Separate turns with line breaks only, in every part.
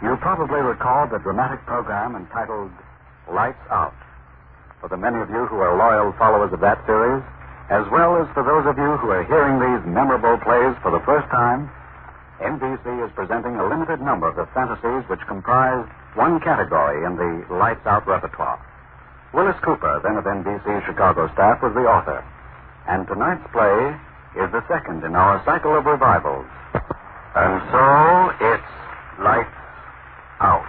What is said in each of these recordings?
You probably recall the dramatic program entitled Lights Out. For the many of you who are loyal followers of that series, as well as for those of you who are hearing these memorable plays for the first time, NBC is presenting a limited number of the fantasies which comprise one category in the Lights Out repertoire. Willis Cooper, then of NBC's Chicago staff, was the author. And tonight's play is the second in our cycle of revivals. And so it's Lights out.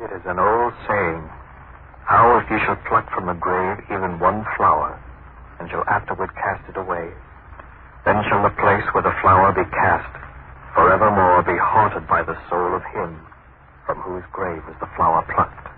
It is an old saying, How if ye shall pluck from the grave even one flower, and shall afterward cast it away, then shall the place where the flower be cast forevermore be haunted by the soul of him from whose grave was the flower plucked.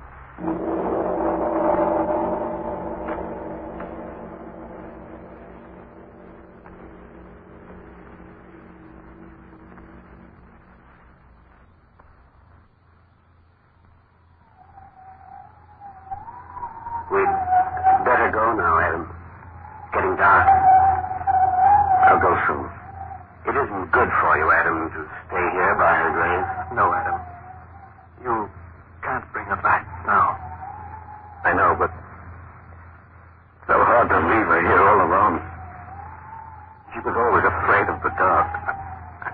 We'd better go now, Adam. Getting dark. I'll go soon. It isn't good for you, Adam, to stay here by her grave.
No, Adam. You can't bring her back now.
I know, but so hard to leave her here all alone. She was always afraid of the dark. I,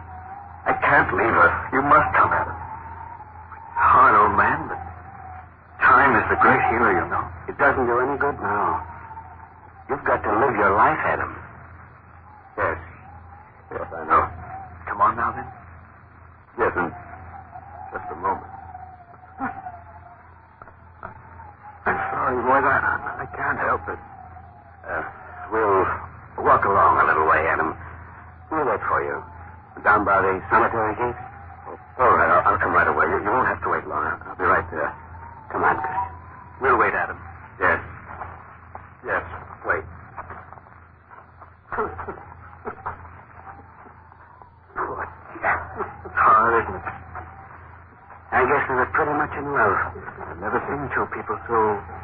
I can't leave her. You must come, Adam. Hard, old man, but time is the great healer, you know. It doesn't do any good now. You've got to live your life, Adam. Yes. Yes, I know. Come on now, then. Yes, and just a moment. I'm sorry, boy. I, I can't help it. Uh, we'll walk along a little way, Adam. We'll wait for you. Down by the cemetery gate? All right, I'll, I'll come right away. You, you won't have to wait long. I'll, I'll be right there. Come on, Chris. We'll wait, Adam. Yes. Yes, wait. Poor chap. Hard, isn't it? I guess we were pretty much in love. I've never seen two people so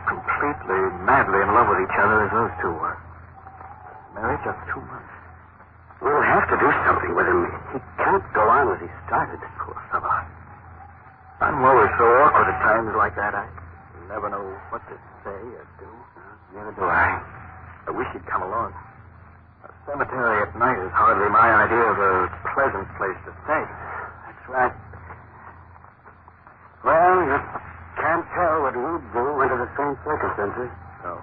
completely, madly in love with each other as those two were. Married just two months. We'll have to do something with him. He can't go on as he started. Poor fellow. I'm always so awkward at times like that. I never know what to say or do. Neither do I. I wish he'd come along. A cemetery at night is hardly my idea of a pleasant place to stay. That's right. Well, you can't tell what we'd do under the same circumstances. No.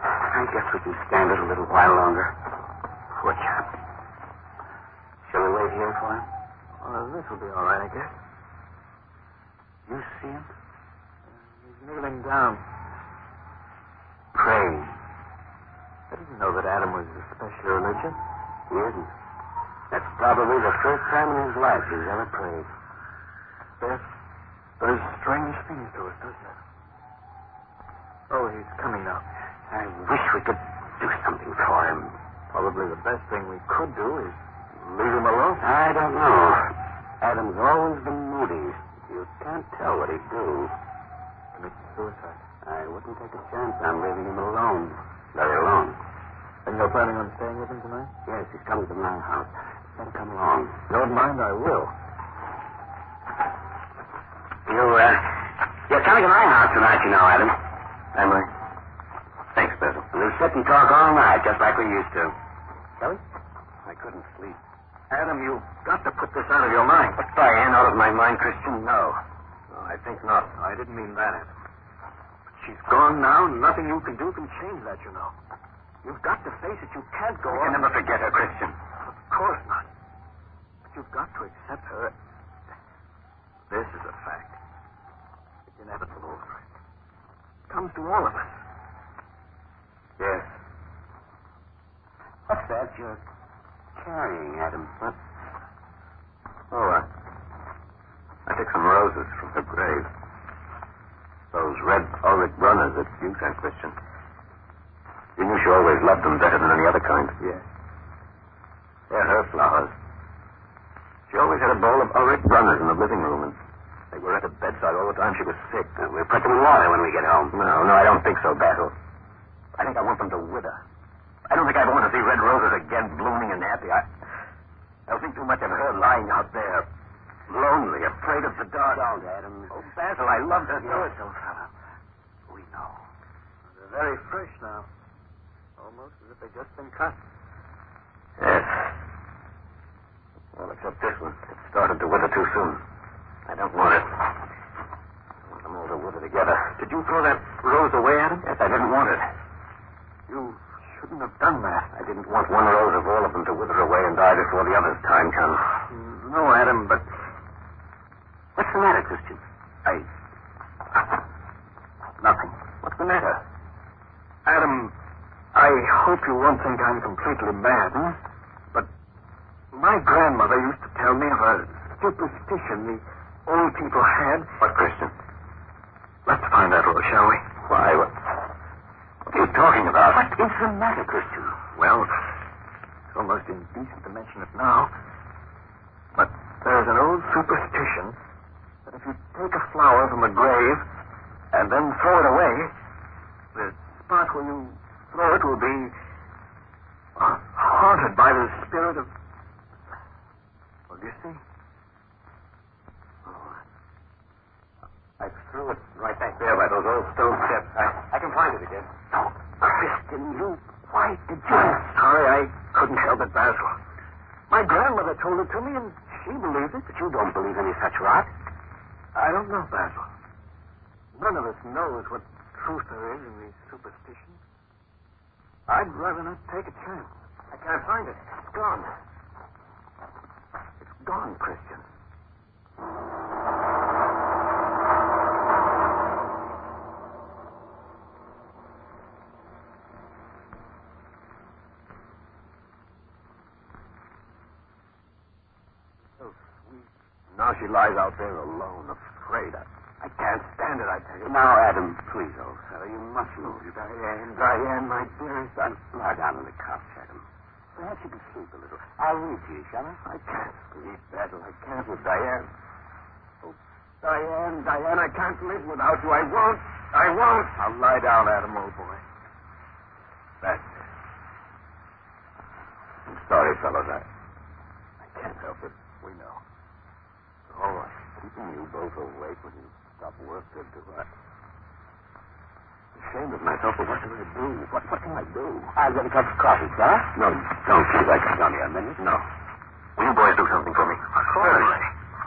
I guess we can stand it a little while longer. Poor chap. Shall we wait here for him? Well, this will be all right, I guess. You see him? He's kneeling down. Praying. I didn't know that Adam was especially religious. He isn't. That's probably the first time in his life he's ever prayed. There's, there's strange things to it, doesn't it? Oh, he's coming now. I wish we could do something for him. Probably the best thing we could do is leave him alone. I I don't know. Adam's always been moody. You can't tell what he'd do.
Commit suicide.
I wouldn't take a chance on leaving him alone. Very alone.
And you're planning on staying with him tonight?
Yes, he comes to my house. Then come along.
Don't mind, I will.
You, uh, you're coming to my house tonight, you know, Adam.
Am I?
Thanks, Basil. We'll sit and talk all night, just like we used to.
Shall we?
I couldn't sleep. Adam, you've got to put this out of your mind. What's Diane out of my mind, Christian? No. No, I think not. I didn't mean that, Adam. But she's gone now. Nothing you can do can change that, you know. You've got to face it. You can't go
I can
on.
never forget her, Christian.
Of course not. But you've got to accept her. This is a fact. It's inevitable, Frank. Comes to all of us.
Yes.
What's that you're carrying, Adam? What?
Oh, I, I took some roses from her grave. Those red Ulrich Brunners that you sent, Christian. You knew she always loved them better than any other kind.
Yes.
They're her flowers. She always had a bowl of Ulrich Brunners in the living room, and they were at her bedside all the time she was sick.
we'll put them in Uh, water when we get home.
No, no, I don't think so, Basil. I think I want them to wither. I don't think I want to see red roses again blooming and happy. I, I'll think too much of her lying out there, lonely, afraid of the dark.
Don't, Adam.
Oh, Basil, I loved her.
You're so fellow. We know.
They're very fresh now. Almost as if they'd just been cut. Yes. Well, except this one. It started to wither too soon. I don't want it. I want them all to wither together. Did you throw that rose away, Adam? Yes, I didn't want it.
You shouldn't have done that.
I didn't want one rose of all of them to wither away and die before the other's time comes.
No, Adam, but. What's the matter, Christian?
I.
Nothing.
What's the matter?
Adam, I hope you won't think I'm completely mad,
Hmm?
but my grandmother used to tell me of a superstition the old people had.
What, Christian?
Let's find that rose, shall we?
Why, what, what are you talking about?
What is the matter, Christian?
Well, it's almost indecent to mention it now.
But there's an old superstition that if you take a flower from a grave and then throw it away, the spot where you throw it will be uh, haunted by the spirit of. Well, do you see?
Oh, I threw it right back there by those old stone steps. I, I can find it again.
Oh, Christian, you. Why did you. I'm sorry, I couldn't help it, Basil. My grandmother told it to me, and she believed it, but you don't believe any such rot. I don't know, Basil. None of us knows what truth there is in these superstitions. I'd rather not take a chance. I can't find it. It's gone. It's gone, Christian.
So sweet. Now she lies out there alone, afraid. I, I can't stand it, I tell you.
Now, Adam, please, old fellow, you must move. Diane, Diane, my dearest, I'm lie down on the couch, Adam. Perhaps you can sleep a little. I'll read to you, shall
I
I?
can't sleep, Basil. I can't with Diane. Oh, Diane, Diane, I can't live without you. I won't. I won't. I'll lie down, Adam, old boy. That's it. I'm sorry, fellows. I, I can't help it. We know. All right. Keeping you both awake when you stop work could do. I... I'm ashamed of myself, but what can I do? What, what can I do?
I'll get a cup of coffee, sir.
No, don't keep that gun down here a minute. No. Will you boys do something for me? Of
course.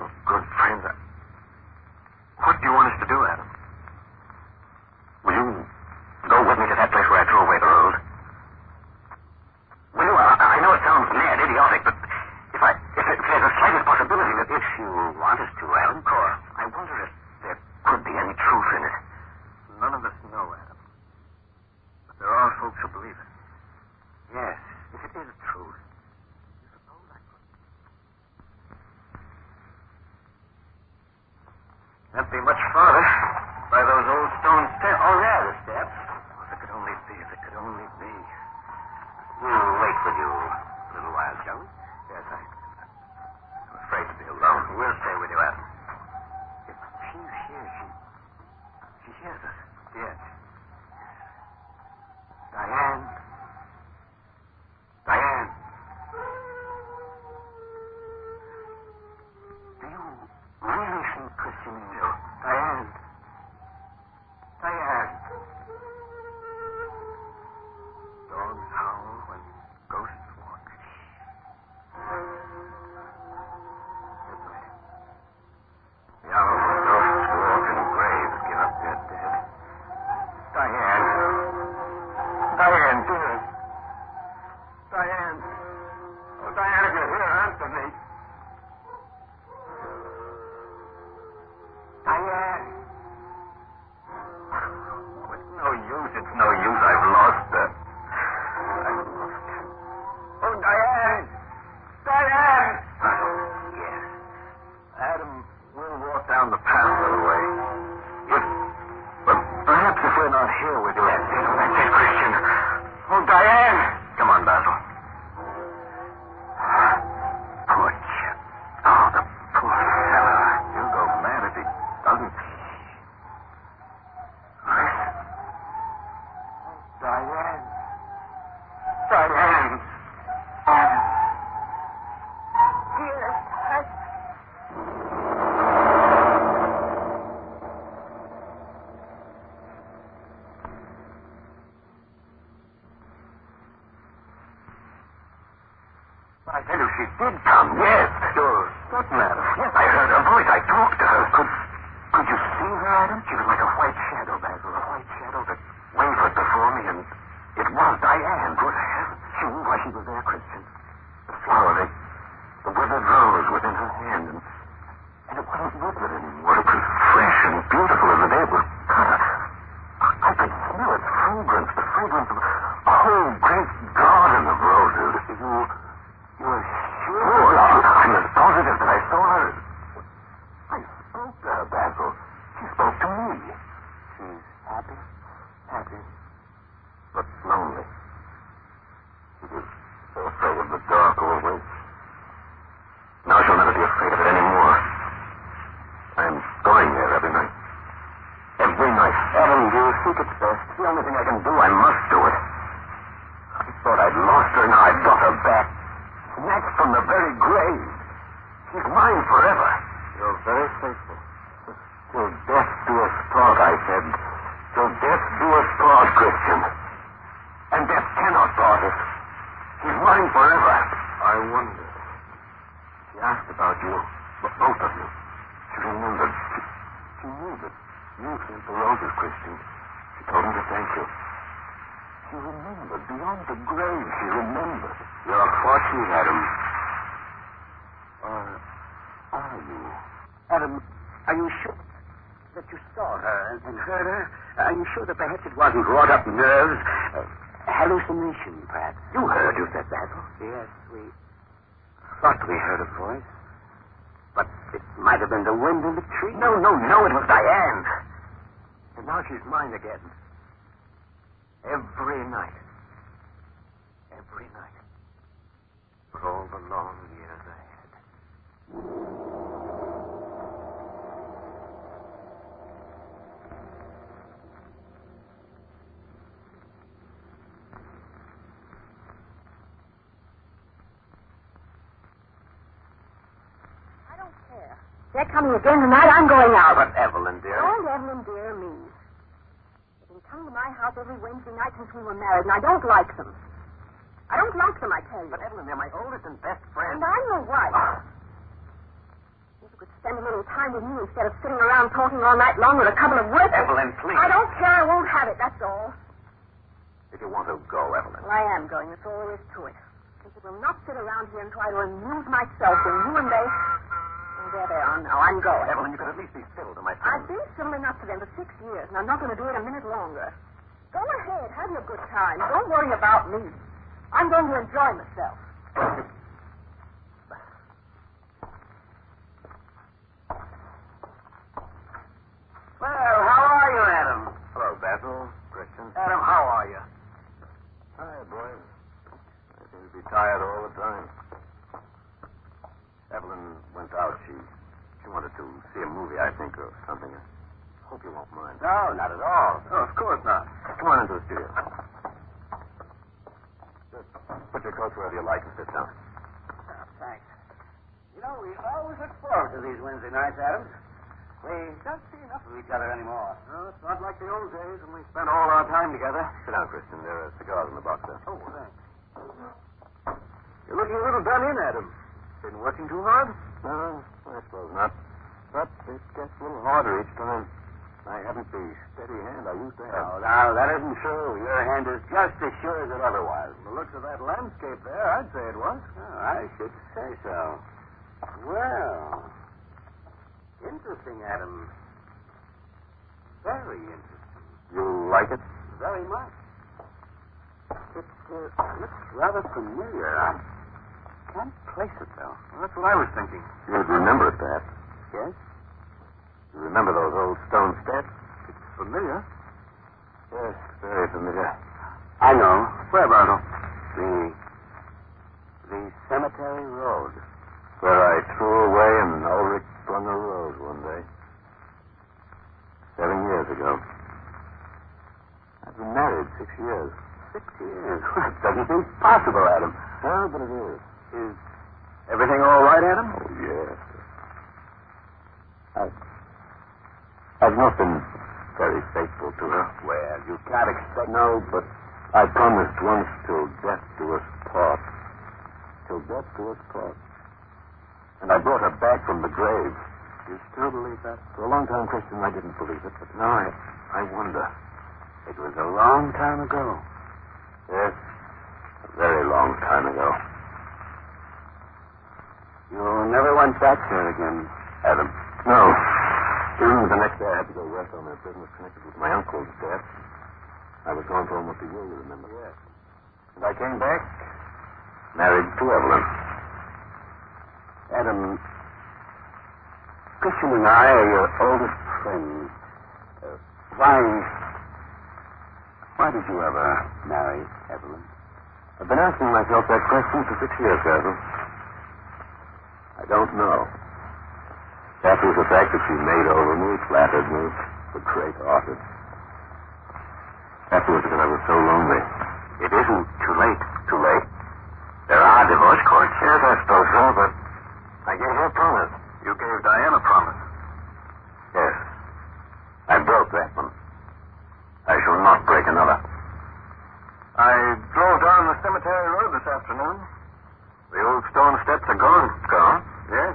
Oh, good friends. I- What do you want us to do, Adam? Will you go with me to that place where I threw away the road? Will you? I, I know it sounds mad, idiotic, but if I if, if there's the slightest possibility that if you want us to, Adam, of course. I wonder if there could be any truth in it.
None of us know, Adam. But there are folks who believe it. Yes, if it is true. You suppose I could. Can't be much farther by those old stone steps. Oh, there are the steps. Oh, if it could only be, if it could only be. Hmm, We'll wait for you a little while, shall we? Yes, I. Anthony. I, uh... It's no use. It's no use. I've lost her. I've lost her. Oh, Diane! Diane! yes. Adam, we'll walk down the path a little way. If... But perhaps if we're not here with you... That's it. That's it, Christian. Oh, Diane! Come on, Basil. Poor chap. Oh, the poor fellow. He'll go mad if he doesn't. Listen. Diane. Diane. Adam.
Dearest, I...
I tell you, she did come. Yes. Sure. What matter? Yes, I heard her voice. I talked to her. Could could you see her, Adam? She was like a white shadow, Basil. A white shadow that wavered before me, and it was Diane. Good heavens. She knew why she was there, Christian. The flower, the, the withered rose was in her hand, and, and it wasn't withered anymore. It was fresh and beautiful as the day it was cut. I, I could smell its fragrance, the fragrance of a whole great garden of roses. You you were sure? Oh, I was positive that I saw her. I spoke to her, Basil. She spoke to me. She's happy, happy, but lonely. She was afraid of the dark always. Now she'll never be afraid of it anymore. I'm going there every night. Every night. Adam, do you think it's best? It's The only thing I can do, I must do it. I thought I'd lost her, now I've got her back. Snatched from the very grave. She's mine forever. You're very faithful. Till death do us part, I said. Till death do us part, Christian. And death cannot part us. She's mine forever. I wonder. She asked about you, b- both of you. She remembered. She, she knew that you sent the roses, Christian. She told me to thank you. She remembered. Beyond the grave, she remembered. You're fortunate, Adam. Or are you?
Adam, are you sure that you saw her and heard her? Are you sure that perhaps it wasn't wrought up nerves? Uh, hallucination, perhaps. You heard, you said, Basil. Yes, we thought we heard a voice. But it might have been the wind in the tree.
No, no, no, it was Diane. And now she's mine again. Every night. Every night. For all the long years ahead.
I don't care. They're coming again Oh, tonight. I'm going out.
But Evelyn, dear.
Don't Evelyn dare me. They've been coming to my house every Wednesday night since we were married, and I don't like them. I don't like them, I tell you.
But Evelyn, they're my oldest and best friends.
And I'm your wife. If you could spend a little time with me instead of sitting around talking all night long with a couple of words.
Evelyn, please.
I don't care. I won't have it. That's all.
If you want to go, Evelyn.
Well, I am going. That's all there is to it. Because I will not sit around here and try to amuse myself when you and they. Oh, there they are now. I'm going.
Evelyn, you could at least be civil to my
I've
friend.
been civil enough to them for six years, and I'm not going to do it a minute longer. Go ahead. Have your good time. Don't worry about me. I'm going to enjoy myself.
Well, how are you, Adam? Hello, Basil. Christian. Adam, how are you? Hi, boy. I seem to be tired all the time. Evelyn went out. She she wanted to see a movie, I think, or something. I hope you won't mind. No, not at all. No, of course not. Come on into the studio. Just put your coats wherever you like and sit down. Oh,
Thanks. You know, we always look forward to these Wednesday nights, Adams. We don't see enough of each other anymore.
No, it's not like the old days when we spent all our time together. Sit down, Christian. There are cigars in the box there. Oh, thanks. You're looking a little done in, Adam. Been working too hard? No, I suppose not. But it gets a little harder each time.
I haven't the steady hand I used to
No,
have.
now, that isn't true. Your hand is just as sure as it otherwise. The looks of that landscape there, I'd say it was.
Oh,
I should say so. Well, interesting, Adam. Very interesting.
You like it?
Very much. It uh, looks rather familiar. I can't place it, though. that's what I was thinking.
You'd remember it, perhaps.
Yes?
You remember those old stone steps?
It's familiar.
Yes, very familiar.
I know. Where about The the cemetery road.
Where I threw away an Ulrich Brunner Rose one day. Seven years ago. I've been married six years.
Six years. That doesn't seem possible, Adam.
Ah, but it is.
Is everything all right, Adam?
Oh, yes. I've, I've not been very faithful to her.
Well, you can't expect.
No, but I promised once till death do us part. Till death do us part. And I brought her back from the grave.
You still believe that?
For a long time, Christian, I didn't believe it, but now I, I wonder.
It was a long time ago.
Yes, a very long time ago.
You never went back there again.
Adam. No. Even the next day, I had to go west on that business connected with my uncle's death. I was gone for almost a year, you remember. Yes. And I came back, married to Evelyn.
Adam, Christian and I are your oldest friends. Uh, why, why did you ever marry Evelyn?
I've been asking myself that question for six years, Basil. I don't know. That was the fact that she made over me, flattered me, betrayed Arthur. That was because I was so lonely.
It isn't too late.
Too late.
There are divorce courts.
Yes, I suppose so, but I gave her a promise.
You gave Diane a promise.
Yes. I broke that one. I shall not break another.
I drove down the cemetery road this afternoon. The old stone steps are gone. Gone? Yes.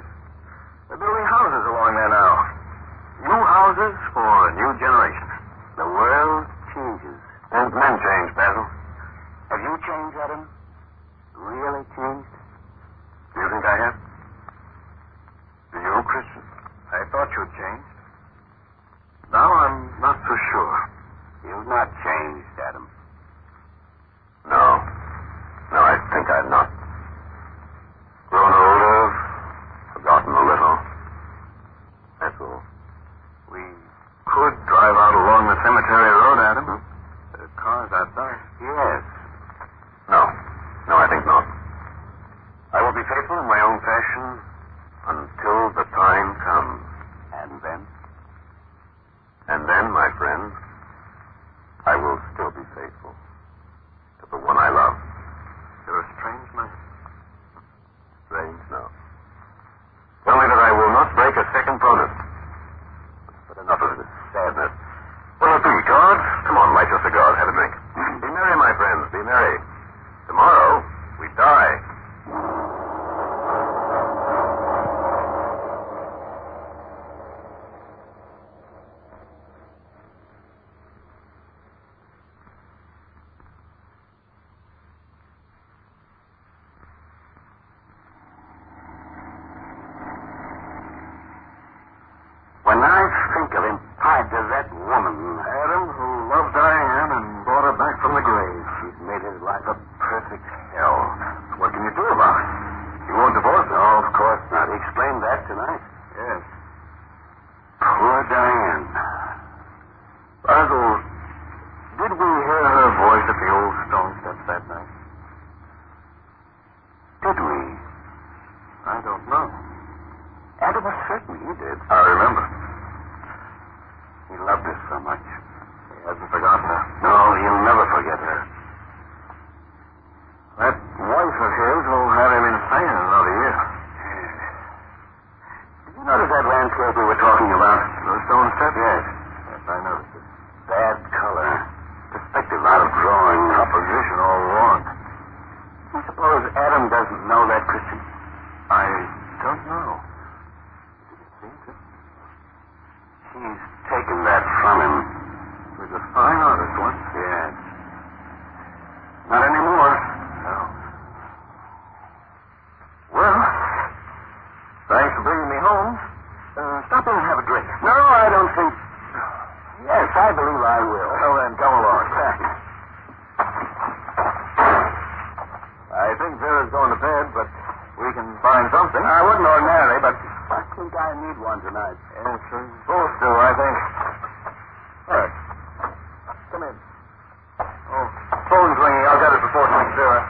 They're building houses along there now. New houses for a new generation. The world changes.
And men change, Basil.
Have you changed, Adam? Really changed? Do you think I have? Do you, Christian? I thought you'd changed. Now I'm not so sure. You've not changed, Adam.
No. No, I think I'm not. Grown older, forgotten a little. That's all.
We could drive out along the cemetery road, Adam.
Hmm?
The car's outside. Yes.
No. No, I think not. I will be faithful in my own fashion until the time comes.
And then?
And then, my friend, I will still be faithful to the one I love.
You're a strange man.
Strange, no. Tell me that I will not break a second promise. But enough of this sadness. What'll it be, cards? Come on, light your cigars, have a drink. be merry, my friends, be merry. Tomorrow, we die.
When I think of him tied to that woman. Adam, who loved Diane and brought her back from the grave. She's made his life a perfect hell. What can you do about it? He won't divorce her. No, of course not. He explained that tonight. Yes. Poor Diane. Basil, did we hear her voice at the old stone steps that night? Did we? I don't know. Adam was certain he did. I remember. He loved her so much. He hasn't forgotten her. No, he'll never forget her. That wife of his will have him insane in another year. Did you notice that landscape we were talking about? Those stone steps? Yes. Yes, I noticed it. Bad color. Perspective out of drawing. Composition all wrong. Do you suppose Adam doesn't know that, Christian? I don't know. Did it seem to? He's taken that from him. He's a fine artist, wasn't he? Yes. Not anymore. No. Well, thanks for bringing me home. Uh, stop in and have a drink. No, I don't think. Yes, I believe I will. Well, then, come along. I think Vera's going to bed, but we can find something. I wouldn't ordinarily, but I think I need one tonight. Yes, we both do, I think. Eric, come in. Oh, phone's ringing. I'll get it before it rings, Vera.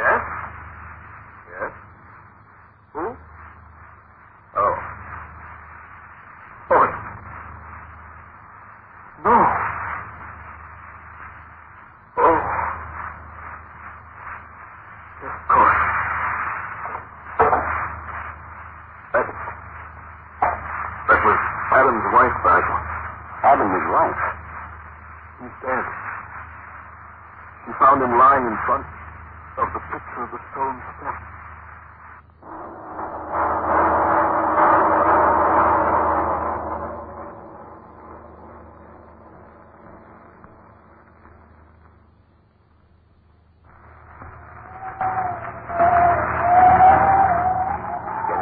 Yes? Yes? Who? Oh. Oh, it's... No. Oh. Of course. That, that was Adam's wife, Basil. Adam, his wife? He's dead. She found him lying in front of the picture of the stone step. Getting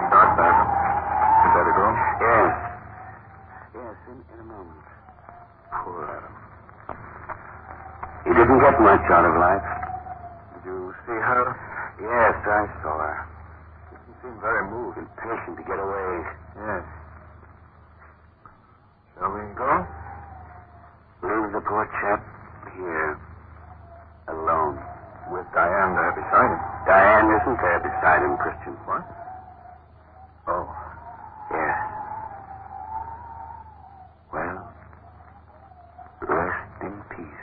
dark, Basil. You better go? Yes. Yes, in, in a moment. Poor Adam. He didn't get much out of life. Did you see her? Yes, I saw her. She seemed very moved. Impatient to get away. Yes. Shall we go? Leave the poor chap here. Alone. With Diane there beside him. Diane isn't there beside him, Christian. What? Oh. Yes. Well, rest in peace,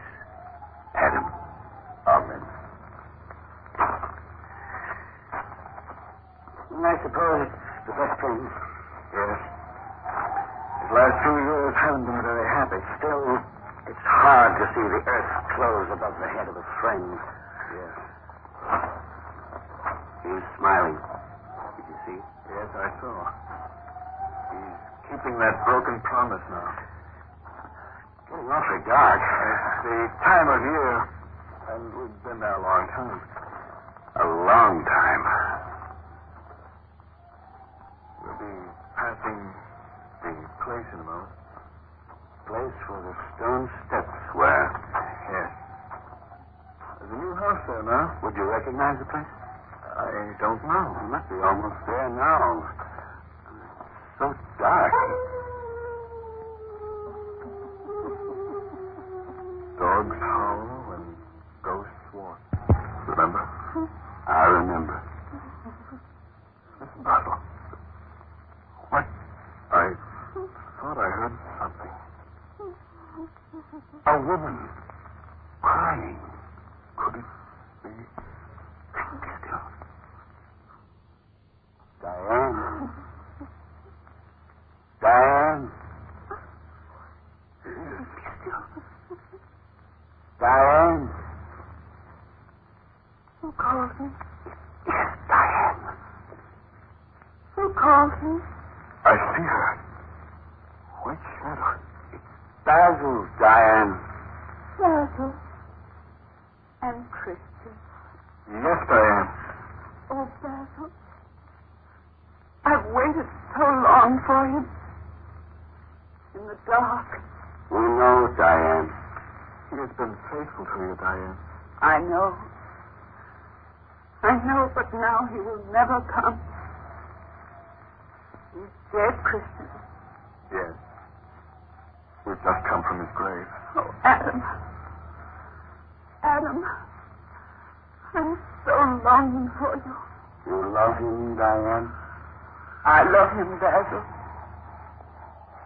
Adam. Amen. I suppose it's the best thing. Yes. These last few years haven't been very happy. Still, it's hard to see the earth close above the head of a friend. Yes. He's smiling. Did you see? Yes, I saw. He's keeping that broken promise now. Getting awfully dark. It's the time of year. And we've been there a long time. A long time. We'll be passing the place in a moment. Place where the stone steps were. Yes. There's a new house there now. Would you recognize the place? I don't know. It must be almost there now. So dark. Dogs howl and ghosts walk. Remember? I remember. Listen, Basil. What? I thought I heard something. A woman crying. Could it be? Think still. Diane. Diane. Think still. Diane.
Who called me?
Yes, Diane.
Who called me?
I see her. White shadow. It's Basil, Diane.
Basil. And Christian.
Yes, Diane.
Oh, Basil. I've waited so long for him. In the dark.
We know, Diane. He has been faithful to you, Diane.
I know. I know, but now he will never come. He's dead, Christian.
Yes. We've just come from his grave.
Oh, Adam. Adam. I'm so longing for you.
You love him, Diane?
I love him, Basil.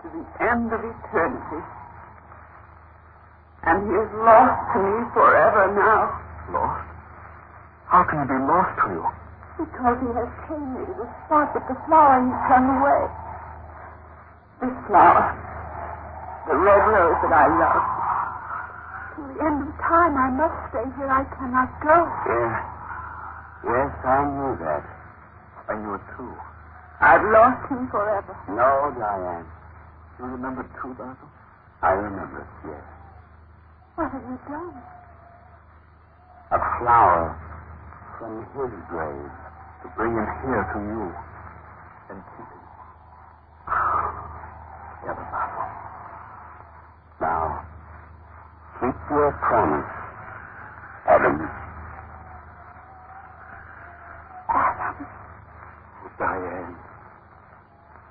To the end of eternity. And he is lost to me forever now.
Lost? How can he be lost to you?
Because he has taken me to the spot that the flower has turned away. This flower. The red rose that I love. Till the end of time, I must stay here. I cannot go.
Yes. Yes, I knew that. I knew it too.
I've lost him forever.
No, Diane. You remember too, Basil? I remember, yes.
What have you done?
A flower from his grave to bring him here to you and keep him. Together, Basil. Now, keep your promise, Adam.
Adam.
Diane.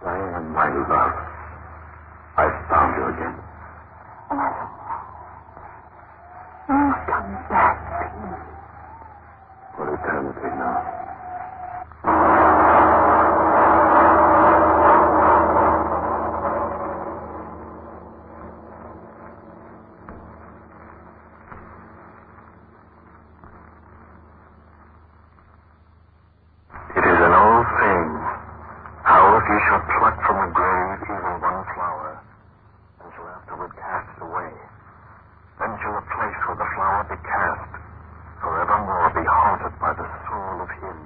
Diane, my love. I found you again.
Adam. You come back to me.
For eternity now.
It is an old saying, How if ye shall pluck from the grave even one flower, and shall afterward cast it away, then shall the place where the flower be cast forevermore be haunted by the soul of him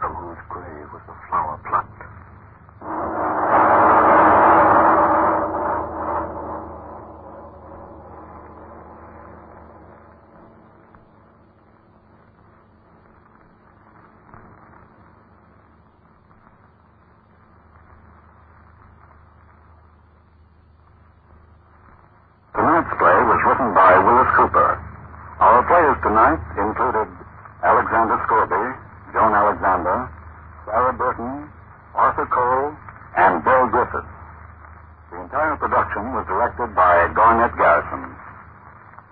from whose grave was the flower plucked. Tonight's play was written by Willis Cooper. Our players tonight included Alexander Scorby, Joan Alexander, Sarah Burton, Arthur Cole, and Bill Griffith. The entire production was directed by Garnett Garrison.